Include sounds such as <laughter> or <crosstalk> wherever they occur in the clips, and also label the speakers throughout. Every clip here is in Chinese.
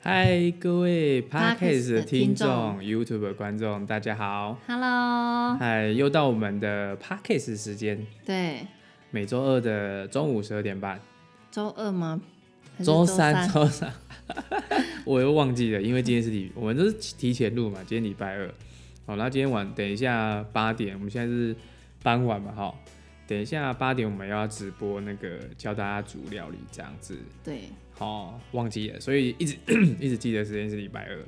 Speaker 1: 嗨，各位
Speaker 2: Podcast
Speaker 1: Podcast 的
Speaker 2: 的
Speaker 1: 听
Speaker 2: 听
Speaker 1: 众
Speaker 2: 众、
Speaker 1: YouTube 的观众，大家好！
Speaker 2: Hello，
Speaker 1: 嗨，又到我们的 Podcast 时间，
Speaker 2: 对，
Speaker 1: 每周二的中午十二点半，
Speaker 2: 周二吗？还是
Speaker 1: 周
Speaker 2: 三
Speaker 1: 三、周三， <laughs> 我又忘记了，因为今天是礼，我们都是提前录嘛，今天礼拜二。好，那今天晚等一下八点，我们现在是傍晚嘛，哈，等一下八点我们要直播那个教大家煮料理这样子。
Speaker 2: 对，
Speaker 1: 哦，忘记了，所以一直 <coughs> 一直记得时间是礼拜二，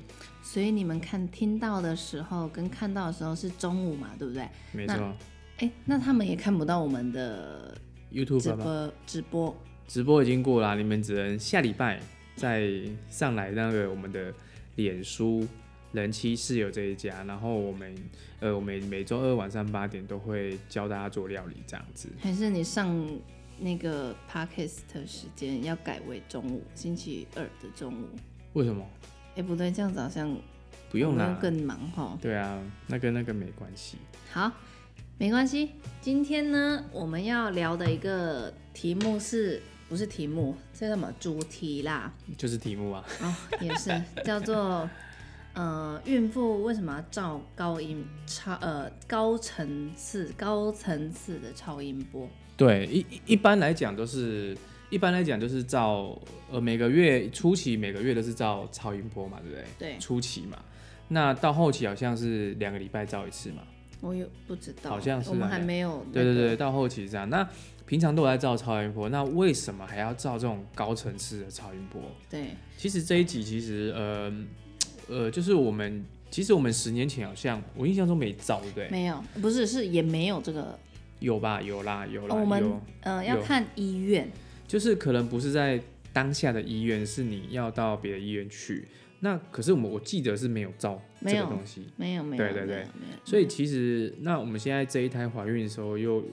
Speaker 2: 所以你们看听到的时候跟看到的时候是中午嘛，对不对？
Speaker 1: 没
Speaker 2: 那
Speaker 1: 错。
Speaker 2: 哎，那他们也看不到我们的直
Speaker 1: YouTube 吗？
Speaker 2: 播直播，
Speaker 1: 直播已经过啦，你们只能下礼拜再上来那个我们的脸书人妻室友这一家，然后我们呃，我们每周二晚上八点都会教大家做料理这样子。
Speaker 2: 还是你上那个 Podcast 时间要改为中午，星期二的中午？
Speaker 1: 为什么？
Speaker 2: 哎，不对，这样子好像
Speaker 1: 不用
Speaker 2: 我们
Speaker 1: 啦
Speaker 2: 又，更忙哈。
Speaker 1: 对啊，那跟那个没关系。
Speaker 2: 好，没关系。今天呢，我们要聊的一个题目是不是题目？这叫什么主题啦？
Speaker 1: 就是题目啊，
Speaker 2: 哦，也是叫做呃，孕妇为什么要照高音超呃高层次高层次的超音波？
Speaker 1: 对，啊一一一般来讲都是，一般来讲就是照呃每个月初期每个月都是照超音波嘛，对不对？
Speaker 2: 对
Speaker 1: 初期嘛，那到后期好像是两个礼拜照一次嘛。
Speaker 2: 我也不知道，
Speaker 1: 好像是
Speaker 2: 我们
Speaker 1: 啊
Speaker 2: 还没有、
Speaker 1: 对对对，，到后期是这样。那平常都有在照超音波，那为什么还要照这种高层次的超音波？
Speaker 2: 对
Speaker 1: 其实这一集其实呃呃，就是我们其实我们十年前好像我印象中没照，对不对？
Speaker 2: 没有，不是是也没有这个，
Speaker 1: 有吧？有啦，有啦，
Speaker 2: 我们
Speaker 1: 有。
Speaker 2: 呃要看医院，
Speaker 1: 就是可能不是在当下的医院，是你要到别的医院去。那可是我们我记得是没有照这
Speaker 2: 没
Speaker 1: 个
Speaker 2: 有
Speaker 1: 东西，
Speaker 2: 没有没有，
Speaker 1: 对对对
Speaker 2: 没有，没有
Speaker 1: 所以其实，那我们现在这一胎怀孕的时候又，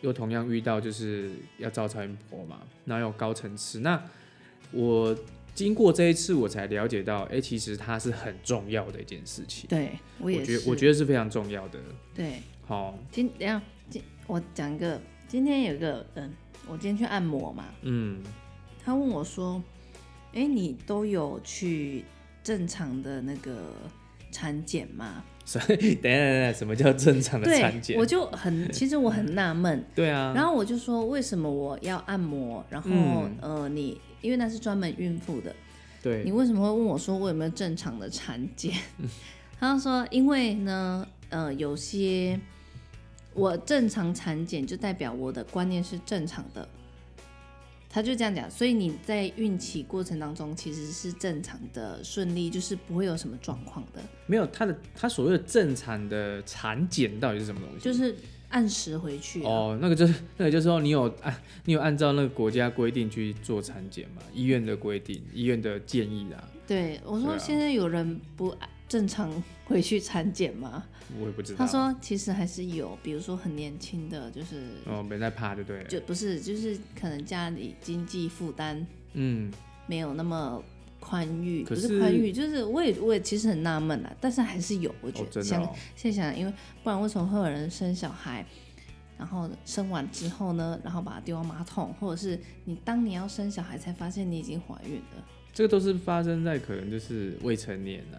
Speaker 1: 又同样遇到就是要照超音波嘛，然后有高层次。那我经过这一次，我才了解到，哎、其实它是很重要的一件事情。
Speaker 2: 对我也
Speaker 1: 我觉
Speaker 2: 是，
Speaker 1: 得我觉得是非常重要的。
Speaker 2: 对。
Speaker 1: 好、
Speaker 2: 今等一下今我讲一个，今天有一个嗯，我今天去按摩嘛，
Speaker 1: 嗯， <laughs>
Speaker 2: 他问我说：“哎、你都有去正常的那个产检吗
Speaker 1: 所以等一下等一下，什么叫正？”常的产
Speaker 2: 对，
Speaker 1: 检
Speaker 2: 我？就
Speaker 1: <laughs>
Speaker 2: 很，其实我很纳闷。
Speaker 1: 对啊，
Speaker 2: 然后我就说，为什么我要按摩？然后、
Speaker 1: 嗯
Speaker 2: 呃，你因为那是专门孕妇的，
Speaker 1: 对
Speaker 2: 你，为什么会问我说我有没有正常的产
Speaker 1: <laughs>
Speaker 2: 检？他就说，因为呢，呃，有些我正常产检就代表我的观念是正常的，他就这样讲。所以你在孕期过程当中其实是正常的、顺利，就是不会有什么状况的，
Speaker 1: 没有他的他所谓的正常的产检到底是什么东西？
Speaker 2: 就是按时回去、啊。
Speaker 1: 哦，那个就是 <laughs> 那个就是说你有按你有按照那个国家规定去做产检嘛？医院的规定，医院的建议啊啦，
Speaker 2: 对，我
Speaker 1: 对
Speaker 2: 说
Speaker 1: 啊
Speaker 2: 现在有人不按正常回去产检吗？
Speaker 1: 我也不知道。
Speaker 2: 他说其实还是有，比如说很年轻的，就是
Speaker 1: 哦，没在怕，对不对了？
Speaker 2: 就不是，就是可能家里经济负担
Speaker 1: 嗯，
Speaker 2: 没有那么宽裕，
Speaker 1: 可
Speaker 2: 不
Speaker 1: 是
Speaker 2: 是宽裕，就是我也我也其实很纳闷啦，但是还是有，我觉
Speaker 1: 哦，
Speaker 2: 得、
Speaker 1: 真的
Speaker 2: 想
Speaker 1: 哦，
Speaker 2: 现在想，因为不然为什么会有人生小孩，然后生完之后呢，然后把它丢到马桶，或者是你当你要生小孩才发现你已经怀孕了。
Speaker 1: 这个都是发生在可能就是未成年啊。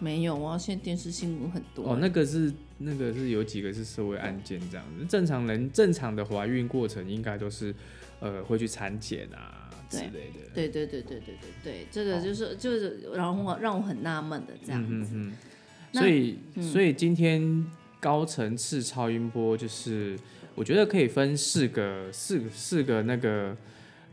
Speaker 2: 没有，我要现在电视新闻很多。
Speaker 1: 哦，那个是那个是有几个是社会案件这样子，正常人正常的怀孕过程应该都是呃会去产检啊之
Speaker 2: 对
Speaker 1: 类的。
Speaker 2: 对对对对对对对，这个就是、就是让我让我很纳闷的这样子。
Speaker 1: 哦嗯嗯、
Speaker 2: 那
Speaker 1: 所以，所以今天高层次超音波就是，我觉得可以分四个、四个、四个那个，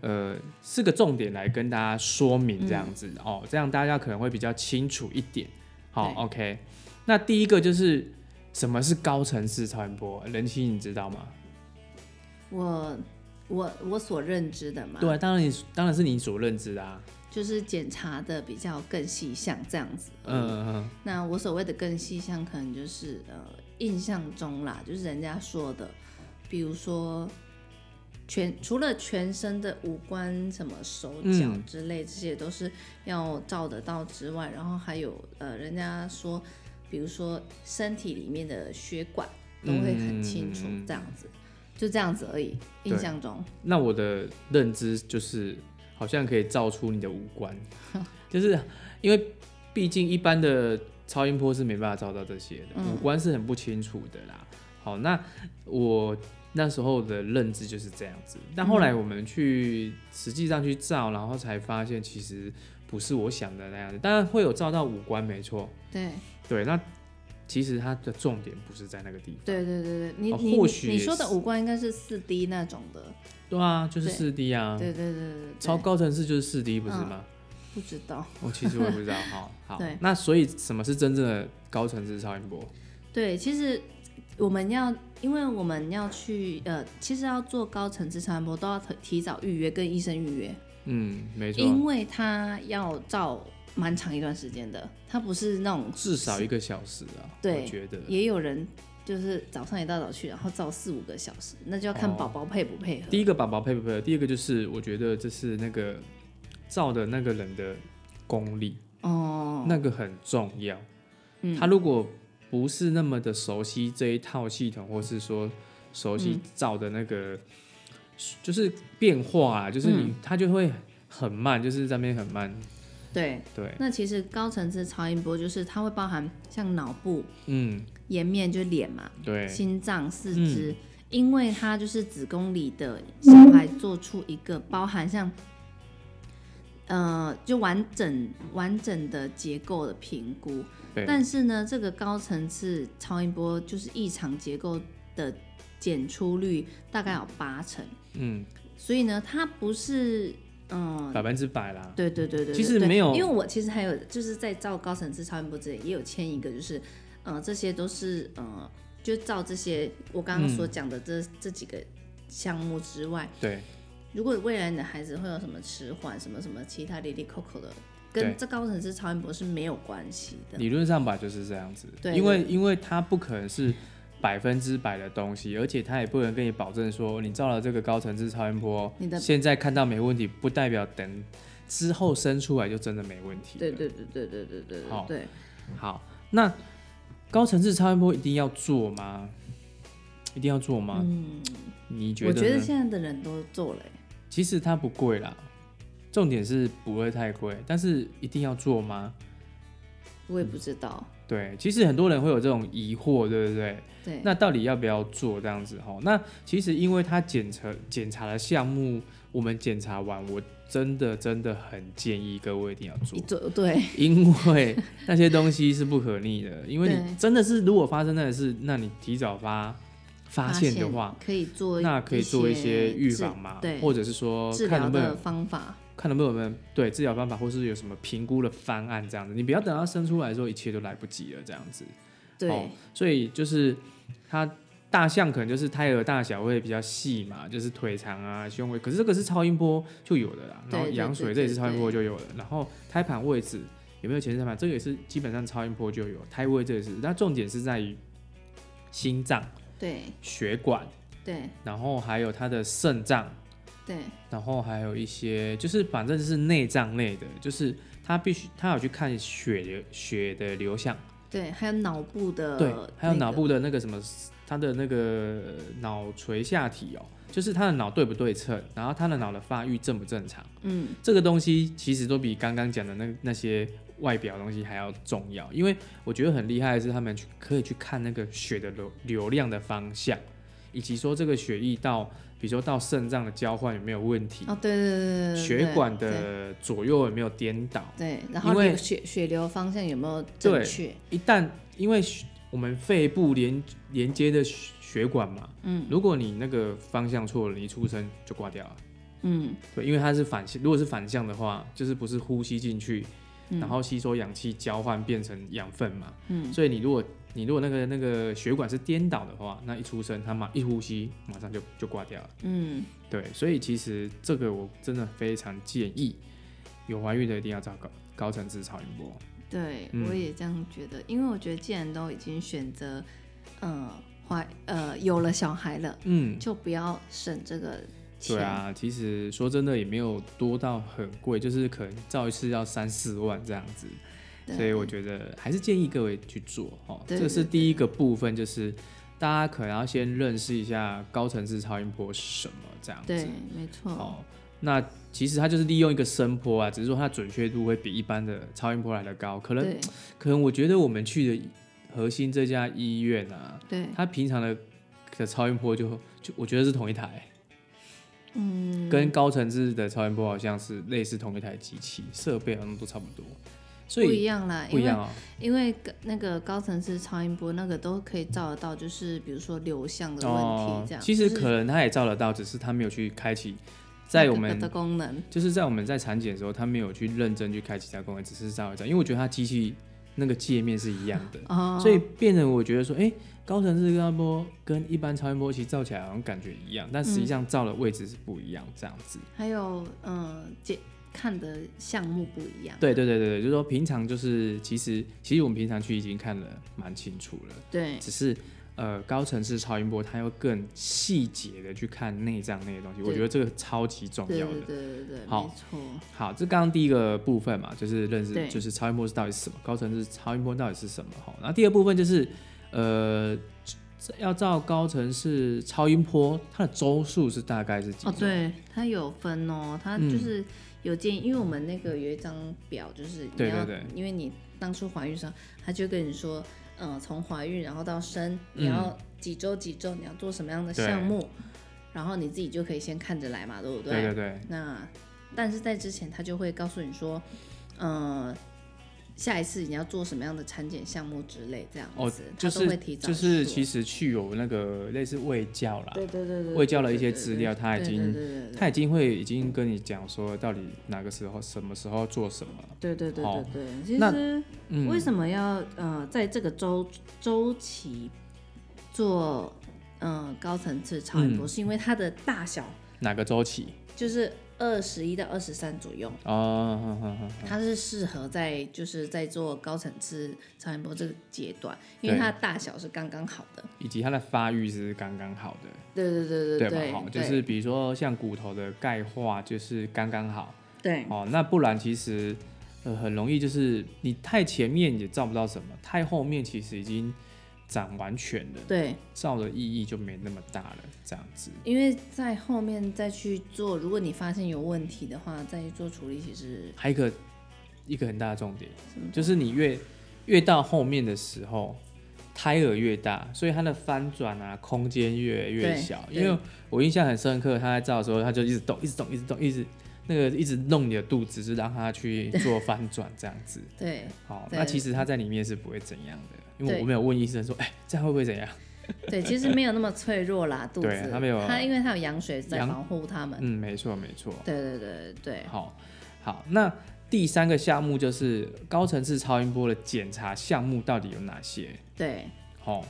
Speaker 1: 呃，四个重点来跟大家说明这样子、哦，这样大家可能会比较清楚一点。好
Speaker 2: 对
Speaker 1: ，OK。那第一个就是什么是高层次超音波？人妻你知道吗？
Speaker 2: 我我我所认知的嘛，
Speaker 1: 对，啊当然你当然是你所认知的啊。
Speaker 2: 就是检查的比较更细项这样子。
Speaker 1: 嗯嗯嗯，
Speaker 2: 那我所谓的更细项，可能就是呃印象中啦，就是人家说的，比如说全除了全身的五官什么手脚
Speaker 1: 嗯
Speaker 2: 之类，这些都是要照得到之外，然后还有呃人家说，比如说身体里面的血管都会很清楚
Speaker 1: 嗯嗯嗯嗯
Speaker 2: 这样子，就这样子而已。
Speaker 1: 对
Speaker 2: 印象中，
Speaker 1: 那我的认知就是，好像可以照出你的五官， <laughs> 就是因为毕竟一般的超音波是没办法照到这些的，
Speaker 2: 嗯
Speaker 1: 五官是很不清楚的啦。好，那我那时候的认知就是这样子，但后来我们去实际上去照，然后才发现其实不是我想的那样子，当然会有照到五官没错，
Speaker 2: 对
Speaker 1: 对，那其实它的重点不是在那个地方，
Speaker 2: 对对对对，你、
Speaker 1: 哦
Speaker 2: 你
Speaker 1: 或
Speaker 2: 你
Speaker 1: 许
Speaker 2: 你
Speaker 1: 也
Speaker 2: 说的
Speaker 1: 是
Speaker 2: 五官应该是四 D 那种的，
Speaker 1: 对啊，就是
Speaker 2: 对
Speaker 1: 四 D 啊，
Speaker 2: 对对对对对，
Speaker 1: 超高层次就是四 D 不是
Speaker 2: 嗯
Speaker 1: 吗？
Speaker 2: 不知道。
Speaker 1: 我其实我也不知道，好 <laughs> 好
Speaker 2: 对。
Speaker 1: 那所以什么是真正的高层次超音波？
Speaker 2: 对，其实我们要，因为我们要去呃，其实要做高层次超音波都要提提早预约，跟医生预约，
Speaker 1: 嗯，没错，
Speaker 2: 因为他要照蛮长一段时间的，他不是那种
Speaker 1: 至少一个小时啊，
Speaker 2: 对
Speaker 1: 我觉得
Speaker 2: 也有人就是早上一大早去，然后照四五个小时，那就要看
Speaker 1: 哦
Speaker 2: 宝宝配不配合。
Speaker 1: 第一个宝宝配不配合，第二个就是我觉得这是那个照的那个人的功力，
Speaker 2: 哦，
Speaker 1: 那个很重要。
Speaker 2: 嗯
Speaker 1: 他如果不是那么的熟悉这一套系统，或是说熟悉照的那个，就是变化啊，就是
Speaker 2: 嗯
Speaker 1: 你、他就会很慢，就是在那边很慢，
Speaker 2: 对。
Speaker 1: 对，
Speaker 2: 那其实高层次超音波就是它会包含像脑部、
Speaker 1: 嗯，
Speaker 2: 颜面就脸嘛，
Speaker 1: 对，嗯
Speaker 2: 心脏、四肢，因为它就是子宫里的小孩做出一个包含像，呃，就完整完整的结构的评估。
Speaker 1: 对，
Speaker 2: 但是呢，这个高层次超音波就是异常结构的检出率大概有八成，
Speaker 1: 嗯，
Speaker 2: 所以呢，它不是嗯。
Speaker 1: 百分之百啦，
Speaker 2: 对对对对，对
Speaker 1: 其实
Speaker 2: 对
Speaker 1: 没有
Speaker 2: 因为我其实还有就是在照高层次超音波之前也有签一个，就是，呃，这些都是呃，就照这些我刚刚所
Speaker 1: 嗯
Speaker 2: 讲的这、这几个项目之外，
Speaker 1: 对，
Speaker 2: 如果未来你的孩子会有什么迟缓、什么什么其他里里扣扣的，
Speaker 1: 对
Speaker 2: 跟这高层次超音波是没有关系的。
Speaker 1: 理论上吧就是这样子，
Speaker 2: 对
Speaker 1: 因为因为它不可能是百分之百的东西，而且它也不能跟你保证说你照了这个高层次超音波，
Speaker 2: 你的
Speaker 1: 现在看到没问题，不代表等之后生出来就真的没问题。
Speaker 2: 对，对对对对对对
Speaker 1: 好
Speaker 2: 对对，
Speaker 1: 好，那高层次超音波一定要做吗？一定要做吗？
Speaker 2: 嗯，
Speaker 1: 你觉
Speaker 2: 我
Speaker 1: 得
Speaker 2: 觉得
Speaker 1: 呢？
Speaker 2: 现在的人都做了欸、
Speaker 1: 其实它不贵啦，重点是不会太贵，但是一定要做吗？
Speaker 2: 我也
Speaker 1: 嗯
Speaker 2: 不知道。
Speaker 1: 对，其实很多人会有这种疑惑，对不对？
Speaker 2: 对，
Speaker 1: 那到底要不要做这样子哈？那其实因为他检测检查的项目，我们检查完，我真的真的很建议各位一定要做
Speaker 2: 一，做对
Speaker 1: 因为那些东西是不可逆的。因为
Speaker 2: <laughs> 对
Speaker 1: 你真的是如果发生那事，那你提早发发现的话，
Speaker 2: 可以做，
Speaker 1: 那可以做一些预防
Speaker 2: 治
Speaker 1: 嘛，
Speaker 2: 对，
Speaker 1: 或者是说
Speaker 2: 治
Speaker 1: 看
Speaker 2: 疗
Speaker 1: 能不
Speaker 2: 的
Speaker 1: 能
Speaker 2: 方法。
Speaker 1: 看能不能有没有对治疗方法，或是有什么评估的方案这样子。你不要等到生出来之后一切都来不及了这样子。
Speaker 2: 对、
Speaker 1: 哦所以就是它大象可能就是胎儿大小会比较细嘛，就是腿长啊、胸围，可是这个是超音波就有的啦，然后
Speaker 2: 对对
Speaker 1: 羊水
Speaker 2: 对
Speaker 1: 这也
Speaker 2: 对
Speaker 1: 是超音波就有的，然后胎盘位置有没有前置胎盘，这个也是基本上超音波就有，胎位这也是，那重点是在于心脏、
Speaker 2: 对
Speaker 1: 血管，
Speaker 2: 对
Speaker 1: 然后还有它的肾脏。
Speaker 2: 对
Speaker 1: 然后还有一些，就是反正是内脏类的，就是他必须他有去看血流血的流向，
Speaker 2: 对，还有脑部的、
Speaker 1: 对，还有脑，部的那个什么，他的那个脑垂下体哦，就是他的脑对不对称，然后他的脑的发育正不正常，
Speaker 2: 嗯，
Speaker 1: 这个东西其实都比刚刚讲的那那些外表的东西还要重要，因为我觉得很厉害的是他们去可以去看那个血的流流量的方向，以及说这个血液到，比如说到肾脏的交换有没有问题，
Speaker 2: 哦，对对对对对，
Speaker 1: 血管
Speaker 2: 对。对
Speaker 1: 的左右有没有颠倒，
Speaker 2: 对，然
Speaker 1: 因
Speaker 2: 后
Speaker 1: 为
Speaker 2: 流血血流方向有没有正
Speaker 1: 对
Speaker 2: 确？
Speaker 1: 一旦因为血我们肺部连连接的血血管嘛，
Speaker 2: 嗯
Speaker 1: 如果你那个方向错了，你一出生就挂掉了。
Speaker 2: 嗯，
Speaker 1: 对，因为它是反向，如果是反向的话，就是不是呼吸进去，
Speaker 2: 嗯
Speaker 1: 然后吸收氧气交换变成养分嘛。
Speaker 2: 嗯
Speaker 1: 所以你如果你如果那个那个血管是颠倒的话，那一出生他马一呼吸马上就就挂掉了。
Speaker 2: 嗯，
Speaker 1: 对，所以其实这个我真的非常建议，有怀孕的一定要照高高层次超音波。
Speaker 2: 对，
Speaker 1: 嗯
Speaker 2: 我也这样觉得，因为我觉得既然都已经选择，呃，怀呃有了小孩了，
Speaker 1: 嗯，
Speaker 2: 就不要省这个钱。
Speaker 1: 对啊，其实说真的也没有多到很贵，就是可能照一次要三四万这样子，
Speaker 2: 对
Speaker 1: 所以我觉得还是建议各位去做哦。
Speaker 2: 嗯对
Speaker 1: 这是
Speaker 2: 对
Speaker 1: 第一个部分，就是大家可能要先认识一下高层次超音波是什么这样
Speaker 2: 对嗯
Speaker 1: 子。，
Speaker 2: 没错。
Speaker 1: 哦，那其实它就是利用一个声波啊，只是说它准确度会比一般的超音波来的高。可能
Speaker 2: 对
Speaker 1: 可能我觉得我们去的核心这家医院啊，
Speaker 2: 对，
Speaker 1: 它平常的的超音波就就我觉得是同一台，嗯，跟高层次的超音波好像是类似同一台机器，设备好像都差不多，所
Speaker 2: 不一
Speaker 1: 以
Speaker 2: 样啦，
Speaker 1: 不
Speaker 2: 因
Speaker 1: 一
Speaker 2: 为
Speaker 1: 样哦。
Speaker 2: 因为那个高层次超音波那个都可以照得到，就是比如说流向的问
Speaker 1: 哦
Speaker 2: 题这样。
Speaker 1: 其实
Speaker 2: 就是
Speaker 1: 可能它也照得到，只是它没有去开启，在我
Speaker 2: 那
Speaker 1: 们
Speaker 2: 个的功能，
Speaker 1: 就是在我们在产检的时候，他没有去认真去开启它功能，只是稍微这样，因为我觉得它机器那个界面是一样的，
Speaker 2: 哦，
Speaker 1: 所以变成我觉得说，哎、高层次超音波跟一般超音波其实照起来好像感觉一样，但实
Speaker 2: 嗯
Speaker 1: 际上照的位置是不一样，这样子。
Speaker 2: 还有嗯，检看的项目不一样。
Speaker 1: 对对对对对，就是说平常就是其实其实我们平常去已经看了蛮清楚了，
Speaker 2: 对
Speaker 1: 只是。呃，高层次超音波，它要更细节的去看内脏那些东西，我
Speaker 2: 对
Speaker 1: 觉得这个超级重
Speaker 2: 对
Speaker 1: 要的
Speaker 2: 对。对对对，
Speaker 1: 好
Speaker 2: 没错。
Speaker 1: 好，这刚刚第一个部分嘛，就是认识，
Speaker 2: 对
Speaker 1: 就是超音波是到底是什么，高层次超音波到底是什么哈。然后第二部分就是，呃，这要照高层次超音波，它的周数是大概是几周？
Speaker 2: 哦，对，它有分哦，它
Speaker 1: 嗯
Speaker 2: 就是有建议，因为我们那个有一张表，就是你
Speaker 1: 对
Speaker 2: 要，
Speaker 1: 对对
Speaker 2: 因为你当初怀孕的时候，他就跟你说，嗯，从怀孕然后到生，
Speaker 1: 嗯
Speaker 2: 你要几周几周，你要做什么样的
Speaker 1: 对
Speaker 2: 项目，然后你自己就可以先看着来嘛，对不
Speaker 1: 对对对
Speaker 2: 那但是在之前，他就会告诉你说，呃，下一次你要做什么样的产检项目之类这样
Speaker 1: 哦
Speaker 2: 子，，
Speaker 1: 就
Speaker 2: 他都会
Speaker 1: 是
Speaker 2: 提早
Speaker 1: 就是
Speaker 2: 说
Speaker 1: 其实去有那个类似卫教啦，
Speaker 2: 对对对对，
Speaker 1: 卫教的一些
Speaker 2: 对对
Speaker 1: 资料他已
Speaker 2: 对
Speaker 1: 经
Speaker 2: 对对对对
Speaker 1: 他已经会已经跟你讲说到底哪个时候什么时候做什么了。
Speaker 2: 对对对
Speaker 1: 好
Speaker 2: 对对，其
Speaker 1: 那
Speaker 2: 实
Speaker 1: 嗯，
Speaker 2: 为什么要呃在这个周周期做呃高层次超
Speaker 1: 嗯
Speaker 2: 音波，是因为它的大小
Speaker 1: 哪个周期？
Speaker 2: 就是二十一到二十三左右，
Speaker 1: 哦，哼哼哼
Speaker 2: 它是适合在就是在做高层次超音波这个阶段，因为
Speaker 1: 对
Speaker 2: 它的大小是刚刚好的。
Speaker 1: 以及它的发育是刚刚好的。
Speaker 2: 对对对
Speaker 1: 对
Speaker 2: 对
Speaker 1: 嘛？好，就是比如说像骨头的钙化，就是刚刚好
Speaker 2: 对
Speaker 1: 哦。那不然其实呃很容易就是你太前面也照不到什么，太后面其实已经长完全了，
Speaker 2: 对，
Speaker 1: 照的意义就没那么大了。这样子，
Speaker 2: 因为在后面再去做，如果你发现有问题的话，再去做处理，其实
Speaker 1: 还有一个一个很大的重点，就是你越越到后面的时候。胎儿越大，所以它的翻转啊，空间越越
Speaker 2: 对
Speaker 1: 小。
Speaker 2: 对
Speaker 1: 因为我印象很深刻，他在照的时候，他就一直动，一直动，一直动，一直那个一直弄你的肚子，是让他去做翻转这样子。
Speaker 2: 对
Speaker 1: 好，
Speaker 2: 对
Speaker 1: 那其实他在里面是不会怎样的，因为
Speaker 2: 对
Speaker 1: 我没有问医生说，哎、这样会不会怎样？ <laughs>
Speaker 2: 对，其实没有那么脆弱啦，肚
Speaker 1: 对
Speaker 2: 子
Speaker 1: 它没有
Speaker 2: 它因为它有羊水在
Speaker 1: 羊
Speaker 2: 防护它们。
Speaker 1: 嗯，没错，没错。
Speaker 2: 对对对对
Speaker 1: 好，好，那第三个项目就是高层次超音波的检查项目到底有哪些？
Speaker 2: 对，
Speaker 1: 好，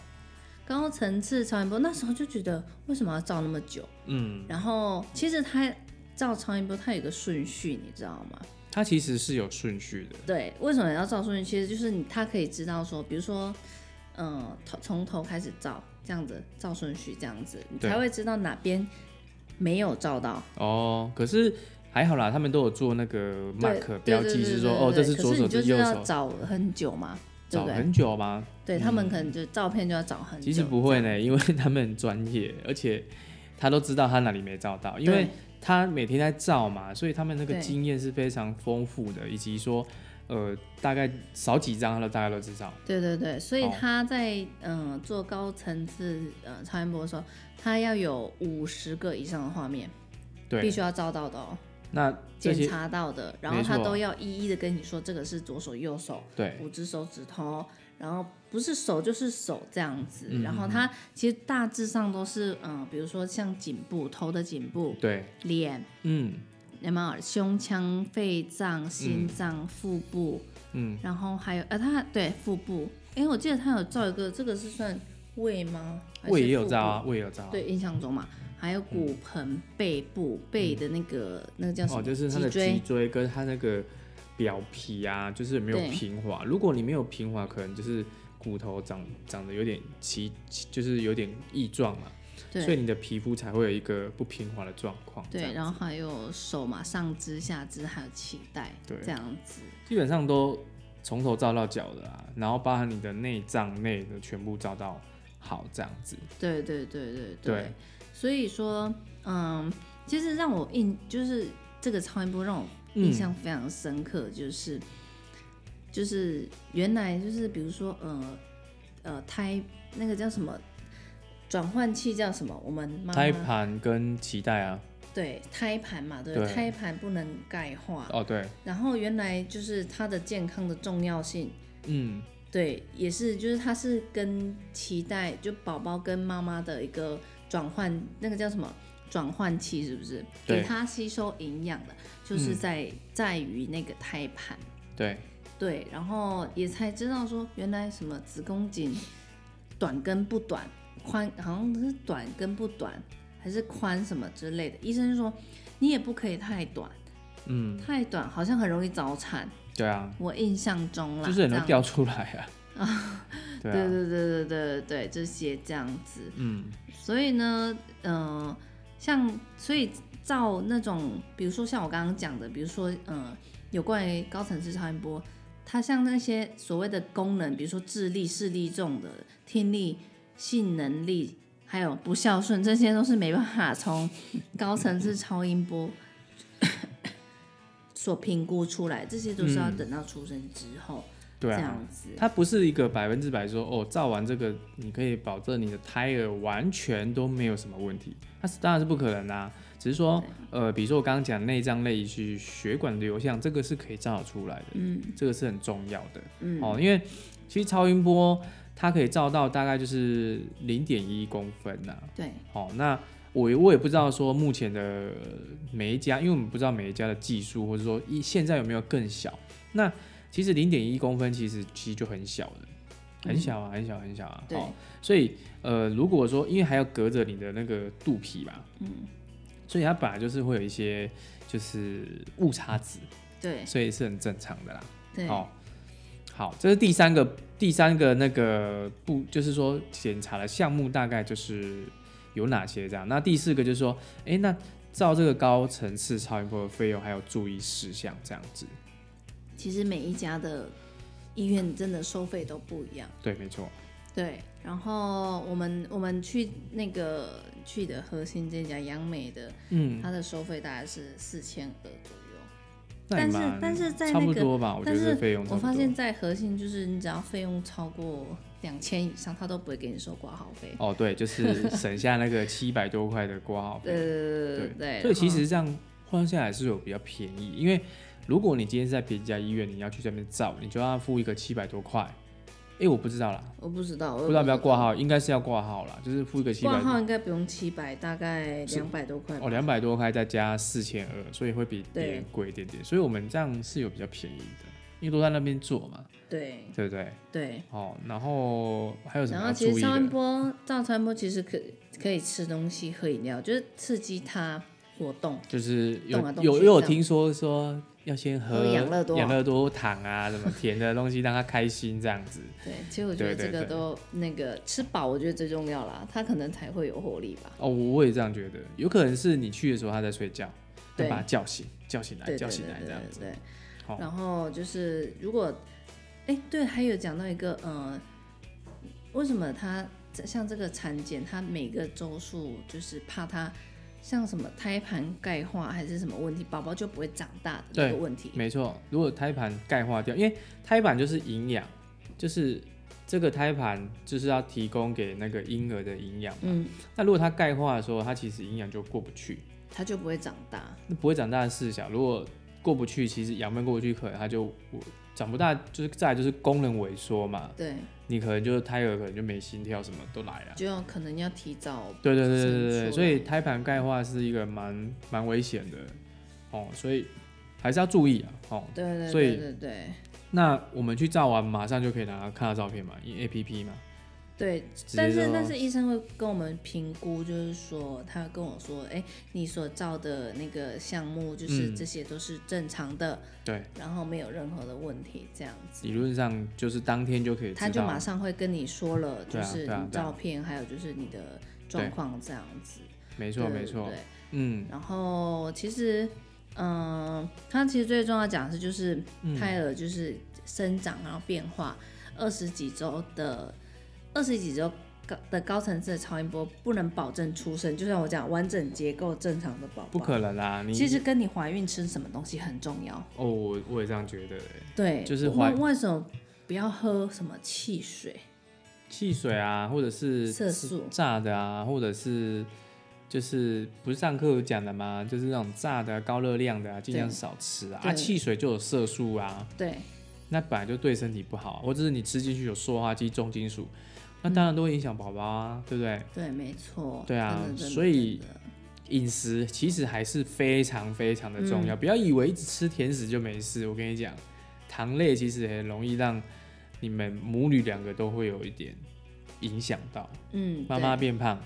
Speaker 2: 高层次超音波那时候就觉得为什么要照那么久？
Speaker 1: 嗯，
Speaker 2: 然后其实它照超音波它有一个顺序，你知道吗？
Speaker 1: 它其实是有顺序的，
Speaker 2: 对，为什么要照顺序？其实就是你它可以知道说，比如说，嗯、头从头开始照，这样子照顺序，这样子你
Speaker 1: 对
Speaker 2: 才会知道哪边没有照到。
Speaker 1: 哦，可是。还好啦，他们都有做那个
Speaker 2: 对
Speaker 1: mark
Speaker 2: 对
Speaker 1: 标
Speaker 2: 对
Speaker 1: 记，
Speaker 2: 对
Speaker 1: 是
Speaker 2: 对
Speaker 1: 说
Speaker 2: 对
Speaker 1: 哦，
Speaker 2: 对
Speaker 1: 这是
Speaker 2: 可
Speaker 1: 左手，
Speaker 2: 你
Speaker 1: 这
Speaker 2: 就是
Speaker 1: 右
Speaker 2: 要
Speaker 1: 手，
Speaker 2: 找很久嘛，对
Speaker 1: 找
Speaker 2: 不对？
Speaker 1: 很久吗？
Speaker 2: 对他们可能就照片就要找很久。
Speaker 1: 其实嗯不会呢，因为他们很专业，而且他都知道他哪里没照到，因为
Speaker 2: 对
Speaker 1: 他每天在照嘛，所以他们那个
Speaker 2: 对
Speaker 1: 经验是非常丰富的，以及说，呃，大概少几张他都大概都知道。
Speaker 2: 对对对，所以
Speaker 1: 好
Speaker 2: 他在嗯、呃做高层次呃超音波的时候，他要有五十个以上的画面，必
Speaker 1: 对，
Speaker 2: 须要照到的哦，
Speaker 1: 那这
Speaker 2: 检
Speaker 1: 些
Speaker 2: 查到的，然后
Speaker 1: 没
Speaker 2: 他
Speaker 1: 错啊
Speaker 2: 都要一一的跟你说这个是左手右手，
Speaker 1: 对
Speaker 2: 五只手指头，然后不是手就是手这样子，
Speaker 1: 嗯
Speaker 2: 然后它其实大致上都是嗯、呃比如说像颈部、头的颈部、
Speaker 1: 对，
Speaker 2: 脸，
Speaker 1: 嗯
Speaker 2: 有没有胸腔、肺脏、心脏、腹部，
Speaker 1: 嗯，
Speaker 2: 然后还有呃，它对腹部，哎，我记得它有照一个，这个是算胃吗？还是
Speaker 1: 胃也有
Speaker 2: 腹部
Speaker 1: 照啊，胃也有照啊。
Speaker 2: 对，印象中嘛，还有骨盆、背部、背的那个、那个叫什
Speaker 1: 嗯
Speaker 2: 么？
Speaker 1: 哦，就是他的
Speaker 2: 脊
Speaker 1: 脊
Speaker 2: 椎。
Speaker 1: 椎跟他那个表皮啊，就是有没有
Speaker 2: 对
Speaker 1: 平滑。如果你没有平滑，可能就是骨头长长得有点奇，奇就是有点异状嘛。所以
Speaker 2: 对
Speaker 1: 你的皮肤才会有一个不平滑的状况。这
Speaker 2: 对，
Speaker 1: 样
Speaker 2: 然后还有手嘛，上肢、下肢，还有脐带，
Speaker 1: 对
Speaker 2: 这样子。
Speaker 1: 基本上都从头照到脚的啦，然后包含你的内脏内的全部照到好这样子。
Speaker 2: 对对对对
Speaker 1: 对
Speaker 2: 所以说，嗯，其实让我印就是这个超音波让我印象非常深刻，就是就是原来就是比如说呃呃胎那个叫什么转换器叫什么？我们妈
Speaker 1: 胎
Speaker 2: 妈
Speaker 1: 盘跟脐带啊，
Speaker 2: 对胎盘嘛，对不对
Speaker 1: 对
Speaker 2: 胎盘不能钙化，
Speaker 1: 哦对，
Speaker 2: 然后原来就是它的健康的重要性。
Speaker 1: 嗯，
Speaker 2: 对，也是，就是它是跟脐带，就宝宝跟妈妈的一个转换，那个叫什么转换器，是不是？
Speaker 1: 对
Speaker 2: 给它吸收营养的，就是
Speaker 1: 嗯
Speaker 2: 在、在于那个胎盘。
Speaker 1: 对，
Speaker 2: 对，然后也才知道说，原来什么子宫颈短跟不短，宽好像是短跟不短，还是宽什么之类的。医生说你也不可以太短，
Speaker 1: 嗯，
Speaker 2: 太短好像很容易早产。
Speaker 1: 对啊，
Speaker 2: 我印象中啦，
Speaker 1: 就是很容
Speaker 2: 这
Speaker 1: 易
Speaker 2: 样
Speaker 1: 掉出来
Speaker 2: <laughs>
Speaker 1: 啊，对
Speaker 2: 对
Speaker 1: 啊，
Speaker 2: 对对对对对，这些这样子。
Speaker 1: 嗯，
Speaker 2: 所以呢，嗯、像所以照那种，比如说像我刚刚讲的，比如说嗯、呃有关于高层次超音波，它像那些所谓的功能，比如说智力、视力这种的，听力、性能力，还有不孝顺，这些都是没办法从高层次超音波 <coughs> 所评估出来，这些都是要
Speaker 1: 嗯
Speaker 2: 等到出生之后、
Speaker 1: 对
Speaker 2: 这
Speaker 1: 啊
Speaker 2: 样，子。
Speaker 1: 它不是一个百分之百说哦，照完这个你可以保证你的胎儿完全都没有什么问题，它是当然是不可能啦、只是说呃，比如说我刚刚讲内脏类去血管流向，这个是可以照得出来的，
Speaker 2: 嗯
Speaker 1: 这个是很重要的。
Speaker 2: 嗯，
Speaker 1: 哦，因为其实超音波它可以照到大概就是零点一公分呐、
Speaker 2: 对，
Speaker 1: 哦，那我我也不知道说目前的呃每一家，因为我们不知道每一家的技术，或者说一现在有没有更小。那其实零点一公分其实其实就很小了，很小啊，很小很小啊。
Speaker 2: 嗯对
Speaker 1: 哦，所以呃，如果说因为还要隔着你的那个肚皮嘛，嗯，所以它本来就是会有一些就是误差值，
Speaker 2: 对
Speaker 1: 所以是很正常的啦。
Speaker 2: 对，
Speaker 1: 好、好，这是第三个第三个那个不，就是说检查的项目大概就是有哪些这样。那第四个就是说，哎、那照这个高层次超音波的费用还有注意事项这样子。
Speaker 2: 其实每一家的医院真的收费都不一样。
Speaker 1: 对，没错。
Speaker 2: 对，然后我们我们去那个去的核心这家央美的，
Speaker 1: 嗯，
Speaker 2: 它的收费大概是四千二左右。
Speaker 1: 那也
Speaker 2: 但是
Speaker 1: 蛮
Speaker 2: 但是在
Speaker 1: 差不
Speaker 2: 那个
Speaker 1: 多吧，我觉
Speaker 2: 但
Speaker 1: 得
Speaker 2: 是
Speaker 1: 费用差
Speaker 2: 我
Speaker 1: 不多
Speaker 2: 发。现，在核心就是你只要费用超过两千以上，他都不会给你收挂号费。
Speaker 1: 哦，对，就是省下那个七百多块的挂号
Speaker 2: 对
Speaker 1: 费。
Speaker 2: 对对对，
Speaker 1: 所以
Speaker 2: 嗯然后
Speaker 1: 其实这样换下来是有比较便宜，因为如果你今天是在别家医院，你要去这边照，你就要付一个七百多块。哎、我不知道啦，
Speaker 2: 我不知道，我也
Speaker 1: 不知道要不要挂号，应该是要挂号啦，就是付一个七百
Speaker 2: 挂号应该不用七百，大概两百多块吧。
Speaker 1: 哦，两百多块再加四千二，所以会比别
Speaker 2: 对
Speaker 1: 人贵一点点，所以我们这样是有比较便宜的，因为都在那边做嘛，
Speaker 2: 对
Speaker 1: 对不对？
Speaker 2: 对。
Speaker 1: 哦，然后还有什么
Speaker 2: 然
Speaker 1: 要
Speaker 2: 后其
Speaker 1: 注
Speaker 2: 实
Speaker 1: 意
Speaker 2: 超音
Speaker 1: 的？
Speaker 2: 波，照超音波其实可可以吃东西、喝饮料，就是刺激它活动。
Speaker 1: 就是有
Speaker 2: 动来动去
Speaker 1: 有有
Speaker 2: 这样
Speaker 1: 听说说要先喝
Speaker 2: 喝养乐多
Speaker 1: 养乐多糖啊，什么甜的东西让他开心这样子。
Speaker 2: 对，其实我觉
Speaker 1: 对
Speaker 2: 得
Speaker 1: 对
Speaker 2: 这个
Speaker 1: 对
Speaker 2: 都那个吃饱，我觉得最重要啦，它可能才会有活力吧。
Speaker 1: 哦，我我也这样觉得，有可能是你去的时候他在睡觉，要
Speaker 2: 对
Speaker 1: 把他叫醒，叫醒来，
Speaker 2: 对对
Speaker 1: 叫
Speaker 2: 对
Speaker 1: 醒
Speaker 2: 对
Speaker 1: 来这样
Speaker 2: 对
Speaker 1: 子。
Speaker 2: 对。
Speaker 1: 好
Speaker 2: 然后就是如果，哎，对，还有讲到一个，呃，为什么它像这个产检，它每个周数就是怕它像什么胎盘钙化还是什么问题，宝宝就不会长大的
Speaker 1: 对
Speaker 2: 这个问题。
Speaker 1: 没错，如果胎盘钙化掉，因为胎盘就是营养，就是这个胎盘就是要提供给那个婴儿的营养。
Speaker 2: 嗯，
Speaker 1: 那如果它钙化的时候，它其实营养就过不去，
Speaker 2: 它就不会长大。
Speaker 1: 那不会长大的事小。如果过不去，其实养分过不去，可能它就长不大，就是再来就是功能萎缩嘛，
Speaker 2: 对，
Speaker 1: 你可能就是胎儿可能就没心跳，什么都来啊了。
Speaker 2: 就要可能要提早
Speaker 1: 对对对对对
Speaker 2: 生出
Speaker 1: 对，
Speaker 2: 来
Speaker 1: 所以胎盘钙化是一个蛮蛮危险的哦，所以还是要注意啊哦。
Speaker 2: 对对
Speaker 1: 所以
Speaker 2: 对对对
Speaker 1: 那我们去照完，马上就可以拿看到照片嘛，因为 A P P 嘛。
Speaker 2: 对，
Speaker 1: 直接
Speaker 2: 但
Speaker 1: 就是说
Speaker 2: 但是医生会跟我们评估，就是说他跟我说，哎、你所照的那个项目，就是
Speaker 1: 嗯
Speaker 2: 这些都是正常的，
Speaker 1: 对，
Speaker 2: 然后没有任何的问题，这样子，
Speaker 1: 理论上就是当天就可以知道。
Speaker 2: 他就马上会跟你说了，
Speaker 1: 对
Speaker 2: 就
Speaker 1: 啊
Speaker 2: 是
Speaker 1: 对啊
Speaker 2: 你
Speaker 1: 对啊
Speaker 2: 照片，还有就是你的状况这样子，
Speaker 1: 没
Speaker 2: 没
Speaker 1: 错没错
Speaker 2: 对，
Speaker 1: 嗯
Speaker 2: 然后其实，嗯，它其实最重要讲的是，就是
Speaker 1: 嗯
Speaker 2: 胎儿就是生长然后变化，二十几周的二十几周高的高层次的超音波不能保证出生，就像我讲完整结构正常的宝宝，
Speaker 1: 不可能啦！你
Speaker 2: 其实跟你怀孕吃什么东西很重要。
Speaker 1: 哦，我我也这样觉得欸，
Speaker 2: 对，
Speaker 1: 就是
Speaker 2: 我
Speaker 1: 怀
Speaker 2: 们为什么不要喝什么汽水？
Speaker 1: 汽水啊，或者是
Speaker 2: 色素
Speaker 1: 炸的啊，或者是就是不是上课有讲的吗？就是那种炸的啊、高热量的啊，尽量少吃啊。啊，
Speaker 2: 对
Speaker 1: 汽水就有色素啊，
Speaker 2: 对，
Speaker 1: 那本来就对身体不好啊、或者是你吃进去有塑化剂、重金属，那当然都会影响宝宝啊，对不对？
Speaker 2: 对，没错。
Speaker 1: 对啊
Speaker 2: 真的真的
Speaker 1: 所以
Speaker 2: 真的
Speaker 1: 饮食其实还是非常非常的重要，
Speaker 2: 嗯
Speaker 1: 不要以为一直吃甜食就没事。我跟你讲，糖类其实很容易让你们母女两个都会有一点影响到。
Speaker 2: 嗯，
Speaker 1: 妈妈
Speaker 2: 对
Speaker 1: 变胖，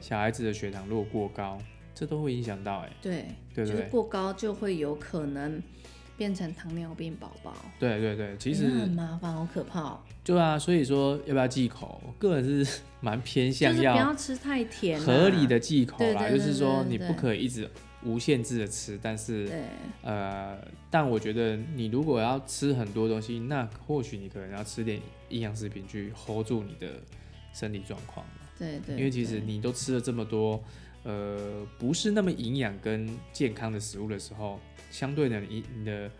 Speaker 1: 小孩子的血糖如果过高，这都会影响到哎、
Speaker 2: 对，
Speaker 1: 对
Speaker 2: 就
Speaker 1: 对
Speaker 2: 是
Speaker 1: 对
Speaker 2: 过高就会有可能变成糖尿病宝宝，
Speaker 1: 对对对，其
Speaker 2: 欸那很
Speaker 1: 实
Speaker 2: 麻烦，好可怕哦。
Speaker 1: 对啊，所以说要不要忌口，我个人是 <laughs> 蛮偏
Speaker 2: 就
Speaker 1: 向
Speaker 2: 是不要吃太甜、啊，
Speaker 1: 合理的忌口啦，
Speaker 2: 对对
Speaker 1: 就
Speaker 2: 对
Speaker 1: 是说你
Speaker 2: 对对
Speaker 1: 不可以一直无限制的吃，但是
Speaker 2: 对
Speaker 1: 呃，但我觉得你如果要吃很多东西，那或许你可能要吃点营养食品去 hold 住你的身体状况，
Speaker 2: 对对，
Speaker 1: 因为其
Speaker 2: 对
Speaker 1: 实你都吃了这么多，呃，不是那么营养跟健康的食物的时候，相对的你你的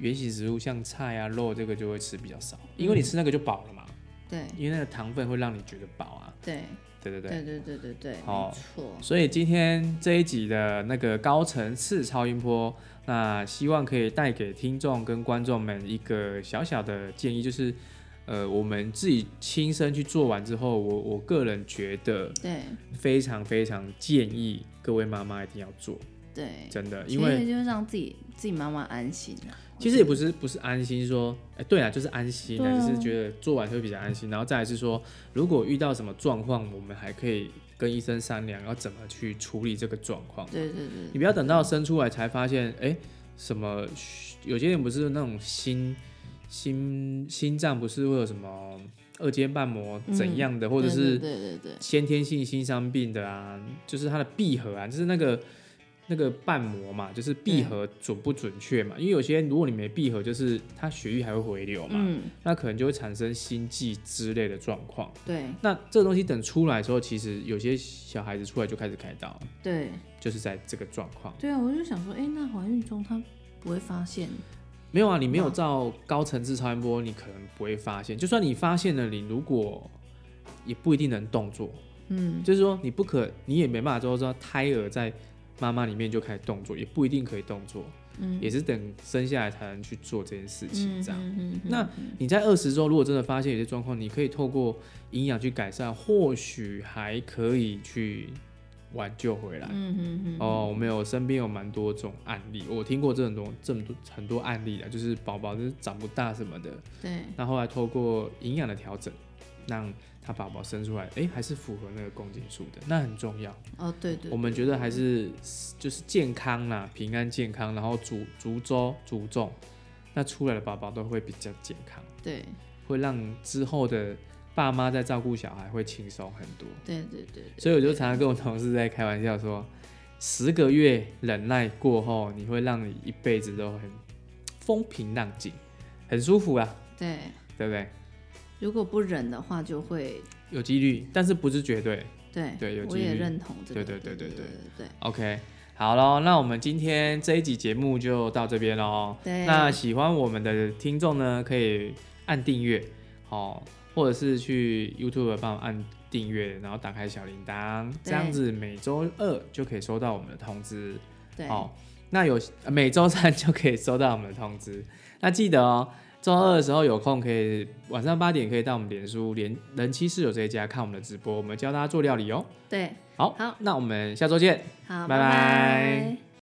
Speaker 1: 原型食物像菜啊、肉这个就会吃比较少，因为
Speaker 2: 嗯
Speaker 1: 你吃那个就饱了嘛，
Speaker 2: 对
Speaker 1: 因为那个糖分会让你觉得饱啊，
Speaker 2: 对
Speaker 1: 对对对。
Speaker 2: 对对对对对，
Speaker 1: 好
Speaker 2: 没错，
Speaker 1: 所以今天这一集的那个高层次超音波，那希望可以带给听众跟观众们一个小小的建议，就是，呃，我们自己亲身去做完之后，我我个人觉得
Speaker 2: 对
Speaker 1: 非常非常建议各位妈妈一定要做，
Speaker 2: 对，
Speaker 1: 真的，
Speaker 2: 其
Speaker 1: 因
Speaker 2: 实
Speaker 1: 为
Speaker 2: 就是让自己自己妈妈安心啊。我
Speaker 1: 其实
Speaker 2: 觉
Speaker 1: 也
Speaker 2: 得
Speaker 1: 不是不是安心说，哎、对啊，就是安心
Speaker 2: 对
Speaker 1: 啊，
Speaker 2: 啊
Speaker 1: 就是觉得做完会比较安心，然后再来是说，如果遇到什么状况，我们还可以跟医生商量要怎么去处理这个状况。
Speaker 2: 对对对
Speaker 1: 你不要等到生出来才发现，哎、什么？有些人不是那种心心心脏不是会有什么二尖瓣膜怎样的，
Speaker 2: 对，
Speaker 1: 或者是
Speaker 2: 对对对对
Speaker 1: 先天性心脏病的啊，就是它的闭合啊，就是那个那个瓣膜嘛，就是闭合准不准确嘛？因为有些如果你没闭合，就是它血液还会回流嘛，
Speaker 2: 嗯
Speaker 1: 那可能就会产生心悸之类的状况。
Speaker 2: 对
Speaker 1: 那这个东西等出来之后，其实有些小孩子出来就开始开刀，
Speaker 2: 对
Speaker 1: 就是在这个状况。
Speaker 2: 对啊！我就想说，哎，那怀孕中她不会发现，
Speaker 1: 没有啊，你没有照高层次超音波，你可能不会发现。就算你发现了，你如果也不一定能动作， <laughs>
Speaker 2: 嗯
Speaker 1: 就是说你不可，你也没办法说说胎儿在妈妈里面就开始动作，也不一定可以动作，
Speaker 2: 嗯，
Speaker 1: 也是等生下来才能去做这件事情。
Speaker 2: 嗯
Speaker 1: 这样，
Speaker 2: 嗯嗯嗯
Speaker 1: 那
Speaker 2: 嗯
Speaker 1: 你在二十周如果真的发现有些状况，你可以透过营养去改善，或许还可以去挽救回来。
Speaker 2: 嗯嗯嗯
Speaker 1: 哦，我们有身边有蛮多种案例，我听过这种多这么多很多案例的，就是宝宝就是长不大什么的，
Speaker 2: 对
Speaker 1: 那后来透过营养的调整，让他宝宝生出来，诶，还是符合那个公斤数的，那很重要。
Speaker 2: 哦对对，
Speaker 1: 我们觉得还是就是健康啦，平安健康，然后足足周足重，那出来的宝宝都会比较健康，
Speaker 2: 对
Speaker 1: 会让之后的爸妈在照顾小孩会轻松很多。
Speaker 2: 对对对对
Speaker 1: 所以我就常常跟我同事在开玩笑说，十个月忍耐过后，你会让你一辈子都很风平浪静，很舒服啊，
Speaker 2: 对，
Speaker 1: 对不对？
Speaker 2: 如果不忍的话，就会
Speaker 1: 有几率，但是不是绝对。
Speaker 2: 对
Speaker 1: 对有
Speaker 2: 我
Speaker 1: 几
Speaker 2: 也
Speaker 1: 率
Speaker 2: 认同这
Speaker 1: 对
Speaker 2: 个，
Speaker 1: 对对对
Speaker 2: 对
Speaker 1: 对
Speaker 2: 对
Speaker 1: OK，好喽，那我们今天这一集节目就到这边喽。
Speaker 2: 对
Speaker 1: 那喜欢我们的听众呢，可以按订阅，哦，或者是去 YouTube 帮我按订阅，然后打开小铃铛，这
Speaker 2: 对
Speaker 1: 样子每周二就可以收到我们的通知。
Speaker 2: 对，
Speaker 1: 好、哦那有呃每周三 <laughs> 就可以收到我们的通知。那记得哦，周二的时候有空可以晚上八点可以到我们脸书连人妻室友这一家看我们的直播，我们教大家做料理哦。
Speaker 2: 对，
Speaker 1: 好，
Speaker 2: 好，
Speaker 1: 那我们下周见。
Speaker 2: 好，
Speaker 1: 拜
Speaker 2: 拜
Speaker 1: 拜
Speaker 2: 拜